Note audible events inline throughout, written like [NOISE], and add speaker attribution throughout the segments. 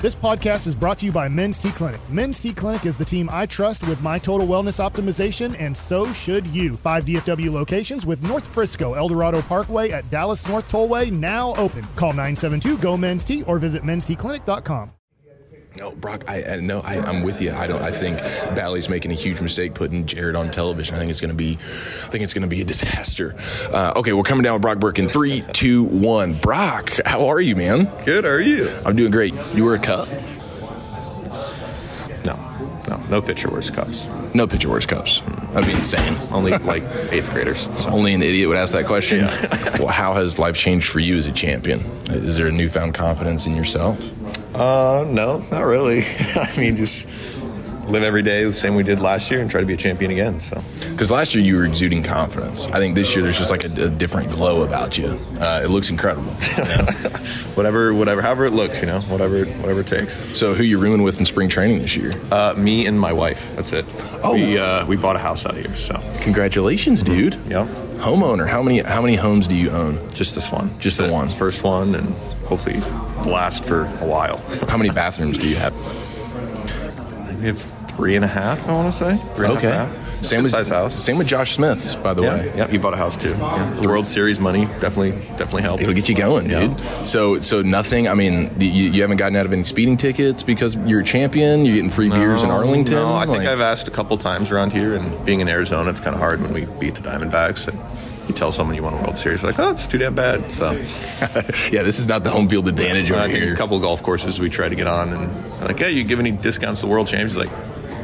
Speaker 1: This podcast is brought to you by Men's T Clinic. Men's T Clinic is the team I trust with my total wellness optimization, and so should you. Five DFW locations with North Frisco, Eldorado Parkway at Dallas North Tollway now open. Call 972 GO Men's T or visit mensteclinic.com.
Speaker 2: No, Brock, I, I no, I, I'm with you. I don't. I think Bally's making a huge mistake putting Jared on television. I think it's going to be, I think it's going to be a disaster. Uh, okay, we're coming down with Brock Burke in three, two, one. Brock, how are you, man?
Speaker 3: Good, how are you?
Speaker 2: I'm doing great. You were a cup.
Speaker 3: No, no, no pitcher wears cups.
Speaker 2: No pitcher wears cups. That'd be insane.
Speaker 3: [LAUGHS] Only like eighth graders. So.
Speaker 2: Only an idiot would ask that question. well, how has life changed for you as a champion? Is there a newfound confidence in yourself?
Speaker 3: Uh, no, not really. [LAUGHS] I mean, just live every day the same we did last year and try to be a champion again. So,
Speaker 2: because last year you were exuding confidence. I think this year there's just like a, a different glow about you. Uh, it looks incredible. you know?
Speaker 3: whatever, whatever, however it looks, you know, whatever, whatever it takes.
Speaker 2: so who you rooming with in spring training this year?
Speaker 3: Uh, me and my wife. That's it.
Speaker 2: Oh.
Speaker 3: we uh, we bought a house out of here. So,
Speaker 2: Congratulations, dude.
Speaker 3: yeah,
Speaker 2: Homeowner. How many how many homes do you own?
Speaker 3: just this one,
Speaker 2: Just the
Speaker 3: It.
Speaker 2: one.
Speaker 3: first one, and hopefully last for a while.
Speaker 2: How many bathrooms do you have?
Speaker 3: we have three and a half. I want to say three and a half. baths.
Speaker 2: Same with
Speaker 3: size house.
Speaker 2: Same with Josh Smith's, by the
Speaker 3: Yeah,
Speaker 2: way.
Speaker 3: yeah, you bought a house too. Yeah. The World Series money definitely, definitely helped.
Speaker 2: It'll get you going,
Speaker 3: Yeah.
Speaker 2: dude. So, so nothing. I mean, you, you haven't gotten out of any speeding tickets because you're a champion. You're getting free beers in
Speaker 3: No,
Speaker 2: Arlington.
Speaker 3: No, I think
Speaker 2: Like-
Speaker 3: I've asked a couple times around here, and being in Arizona, it's kind of hard when we beat the Diamondbacks. And you tell someone you won a World Series, they're like, oh, it's too damn bad. So,
Speaker 2: yeah, this is not the home field advantage over
Speaker 3: I think
Speaker 2: here.
Speaker 3: a couple of golf courses we tried to get on, and they're like, hey, you give any discounts to the World Champions? Like,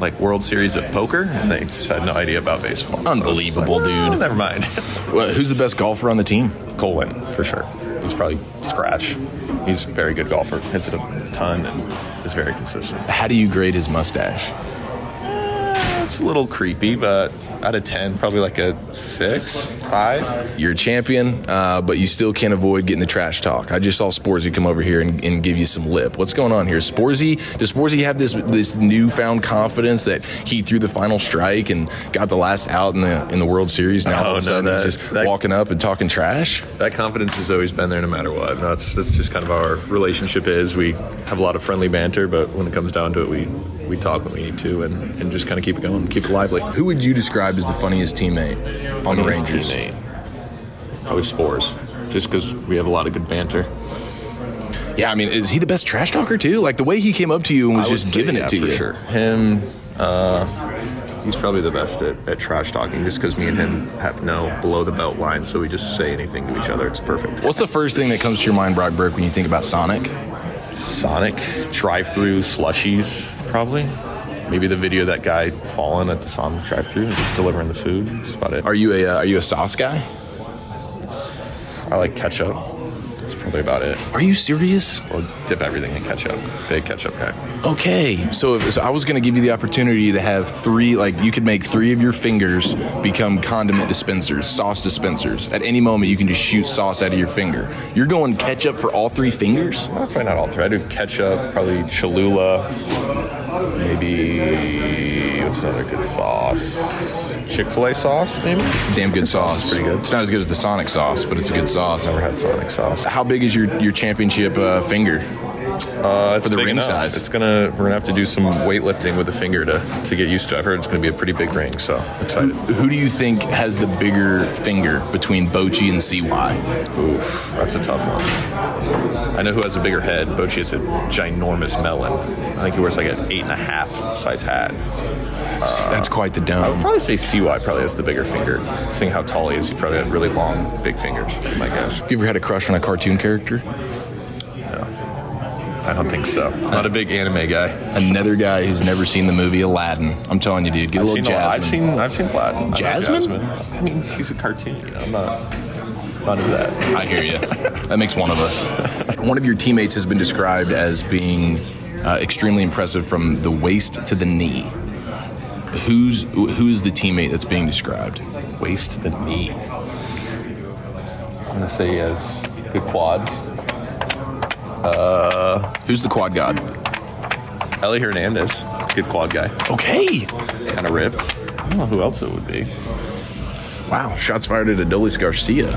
Speaker 3: like World Series of Poker, and they just had no idea about baseball. So I was just like,
Speaker 2: Unbelievable,
Speaker 3: "Well,
Speaker 2: dude."
Speaker 3: Never mind. [LAUGHS]
Speaker 2: Well, who's the best golfer on the team?
Speaker 3: Colin, for sure. He's probably scratch. He's a very good golfer. Hits it a ton and is very consistent.
Speaker 2: How do you grade his mustache?
Speaker 3: It's a little creepy, but out of 10, probably like a 6, 5.
Speaker 2: You're a champion, uh, but you still can't avoid getting the trash talk. I just saw Sporzy come over here and, and give you some lip. What's going on here? Sporzy, does Sporzy have this this newfound confidence that he threw the final strike and got the last out in the in the World Series? Now all of
Speaker 3: Oh,
Speaker 2: a
Speaker 3: no,
Speaker 2: sudden
Speaker 3: that-
Speaker 2: he's just
Speaker 3: that-
Speaker 2: walking up and talking trash.
Speaker 3: That confidence has always been there no matter what. That's that's just kind of our relationship is. We have a lot of friendly banter, but when it comes down to it, we, we talk when we need to and, and just kind of keep it going, keep it lively.
Speaker 2: Who would you describe as the funniest teammate on the
Speaker 3: Funniest
Speaker 2: Rangers?
Speaker 3: teammate. Probably Spores, just because we have a lot of good banter.
Speaker 2: Yeah, I mean, is he the best trash talker too? Like the way he came up to you and was
Speaker 3: I would
Speaker 2: just
Speaker 3: say,
Speaker 2: giving
Speaker 3: yeah,
Speaker 2: it to
Speaker 3: for
Speaker 2: you.
Speaker 3: Sure, him. Uh, he's probably the best at, at trash talking, just because me and him have no below the belt line, so we just say anything to each other. It's perfect.
Speaker 2: What's the first thing that comes to your mind, Brock Burke, when you think about Sonic?
Speaker 3: Sonic drive-through slushies, probably. Maybe the video of that guy falling at the Sonic drive-through and just delivering the food. That's about it.
Speaker 2: Are you a uh, are you a sauce guy?
Speaker 3: I like ketchup. That's probably about it.
Speaker 2: Are you serious?
Speaker 3: Or dip everything in ketchup. Big ketchup guy.
Speaker 2: Okay, so if so I was going to give you the opportunity to have three, like you could make three of your fingers become condiment dispensers, sauce dispensers. At any moment, you can just shoot sauce out of your finger. You're going ketchup for all three fingers?
Speaker 3: Well, probably not all three. I do ketchup, probably Cholula, maybe what's another good sauce? Chick Fil A sauce, maybe.
Speaker 2: It's a damn good sauce.
Speaker 3: pretty good.
Speaker 2: It's not as good as the Sonic sauce, but it's a good sauce.
Speaker 3: Never had Sonic sauce.
Speaker 2: How big is your your championship uh, finger?
Speaker 3: Uh, it's
Speaker 2: For the
Speaker 3: big
Speaker 2: ring
Speaker 3: enough.
Speaker 2: size.
Speaker 3: It's gonna. We're gonna have to do some weightlifting with a finger to to get used to. it. I've heard it's gonna be a pretty big ring, so I'm excited.
Speaker 2: Who do you think has the bigger finger between Bochy and CY?
Speaker 3: Oof, that's a tough one. I know who has a bigger head. Bochy has a ginormous melon. I think he wears like an eight and a half size hat.
Speaker 2: That's quite the
Speaker 3: I would
Speaker 2: dome.
Speaker 3: probably say CY probably has the bigger finger. Seeing how tall he is, he probably had really long, big fingers. My guess.
Speaker 2: Have you ever had a crush on a cartoon character?
Speaker 3: I don't think so. Not a big anime guy.
Speaker 2: Another guy who's never seen the movie Aladdin. I'm telling you, dude, get a
Speaker 3: I've
Speaker 2: little
Speaker 3: seen, a lot. I've
Speaker 2: Jasmine.
Speaker 3: seen I've seen Aladdin. I know
Speaker 2: Jasmine?
Speaker 3: I mean, she's a cartoon. You know, I'm not not into that. [LAUGHS]
Speaker 2: I hear you. That makes one of us. One of your teammates has been described as being Uh, extremely impressive from the waist to the knee. Who's who is the teammate that's being described?
Speaker 3: Waist the knee. I'm gonna say he has good quads.
Speaker 2: Who's the quad god?
Speaker 3: Ellie Hernandez, good quad guy,
Speaker 2: Okay.
Speaker 3: kind of ripped. I don't know who else it would be.
Speaker 2: Wow. Shots fired at Adolis Garcia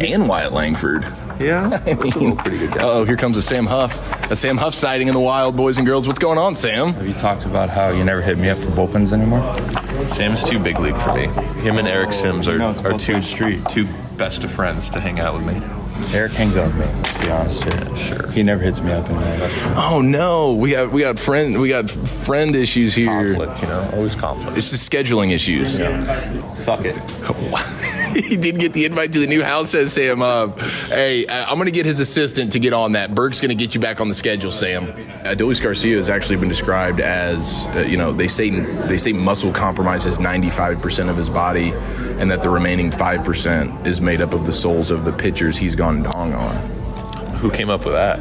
Speaker 2: and Wyatt Langford.
Speaker 3: Yeah,
Speaker 2: [LAUGHS] I
Speaker 3: those are
Speaker 2: mean,
Speaker 3: all pretty good guys.
Speaker 2: Oh, here comes a Sam Huff. A Sam Huff sighting in the wild, boys and girls. What's going on, Sam?
Speaker 4: Have you talked about how you never hit me up for bullpens anymore?
Speaker 3: Sam's too big league for me. Him and Eric Sims are,
Speaker 4: No, it's
Speaker 3: are
Speaker 4: both
Speaker 3: two
Speaker 4: sides street.
Speaker 3: two best of friends to hang out with me.
Speaker 4: Eric hangs out with me, to be honest. Here.
Speaker 3: sure.
Speaker 4: He never hits me up anymore.
Speaker 2: Oh no, we got we got friend we got friend issues here.
Speaker 3: Conflict, you know, always conflict.
Speaker 2: It's just scheduling issues.
Speaker 3: Suck it.
Speaker 2: he did get the invite to the new house, says Sam Huff. Hey, I- I'm going to get his assistant to get on that. Burke's going to get you back on the schedule, Sam. Adolis Garcia Uh, has actually been described as, uh, you know, they say they say muscle compromises 95% of his body, and that the remaining 5% is made up of the souls of the pitchers he's gone dong on.
Speaker 3: Who came up with that?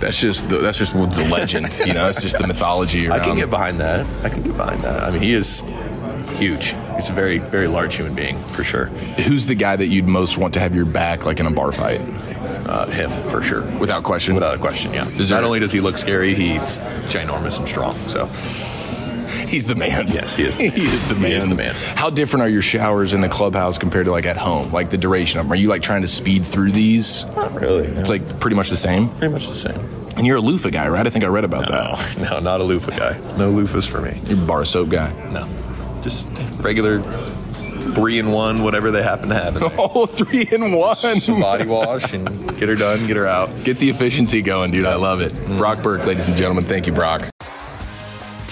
Speaker 2: That's just the, that's just the legend, you know. That's just the mythology
Speaker 3: I
Speaker 2: around.
Speaker 3: can get behind that. I can get behind that. I mean, he is huge. He's a very, very large human being for sure.
Speaker 2: Who's the guy that you'd most want to have your back, like in a bar fight,
Speaker 3: Uh, him for sure,
Speaker 2: without question?
Speaker 3: without a question. Yeah.
Speaker 2: Is there-
Speaker 3: Not only does he look scary, he's ginormous and strong. So
Speaker 2: he's the man.
Speaker 3: [LAUGHS] Yes, he is
Speaker 2: [LAUGHS]
Speaker 3: the
Speaker 2: he is the man.
Speaker 3: man. He is the man.
Speaker 2: How different are your showers in the clubhouse compared to like at home? Like the duration of them? Are you like trying to speed through these?
Speaker 3: not really.
Speaker 2: It's like pretty much the same.
Speaker 3: pretty much the same.
Speaker 2: And you're a loofah guy, right? I think I read about that.
Speaker 3: No, [LAUGHS] no, not a loofah guy. No loofahs for me.
Speaker 2: You're a bar of soap
Speaker 3: [LAUGHS]
Speaker 2: guy.
Speaker 3: No, just regular three and one, whatever they happen to have. in [LAUGHS] there.
Speaker 2: Oh, three in one.
Speaker 3: Some body wash and get her done, get her out.
Speaker 2: Get the efficiency going, dude. I love it.
Speaker 3: Mm.
Speaker 2: Brock Burke, ladies and gentlemen. Thank you, Brock.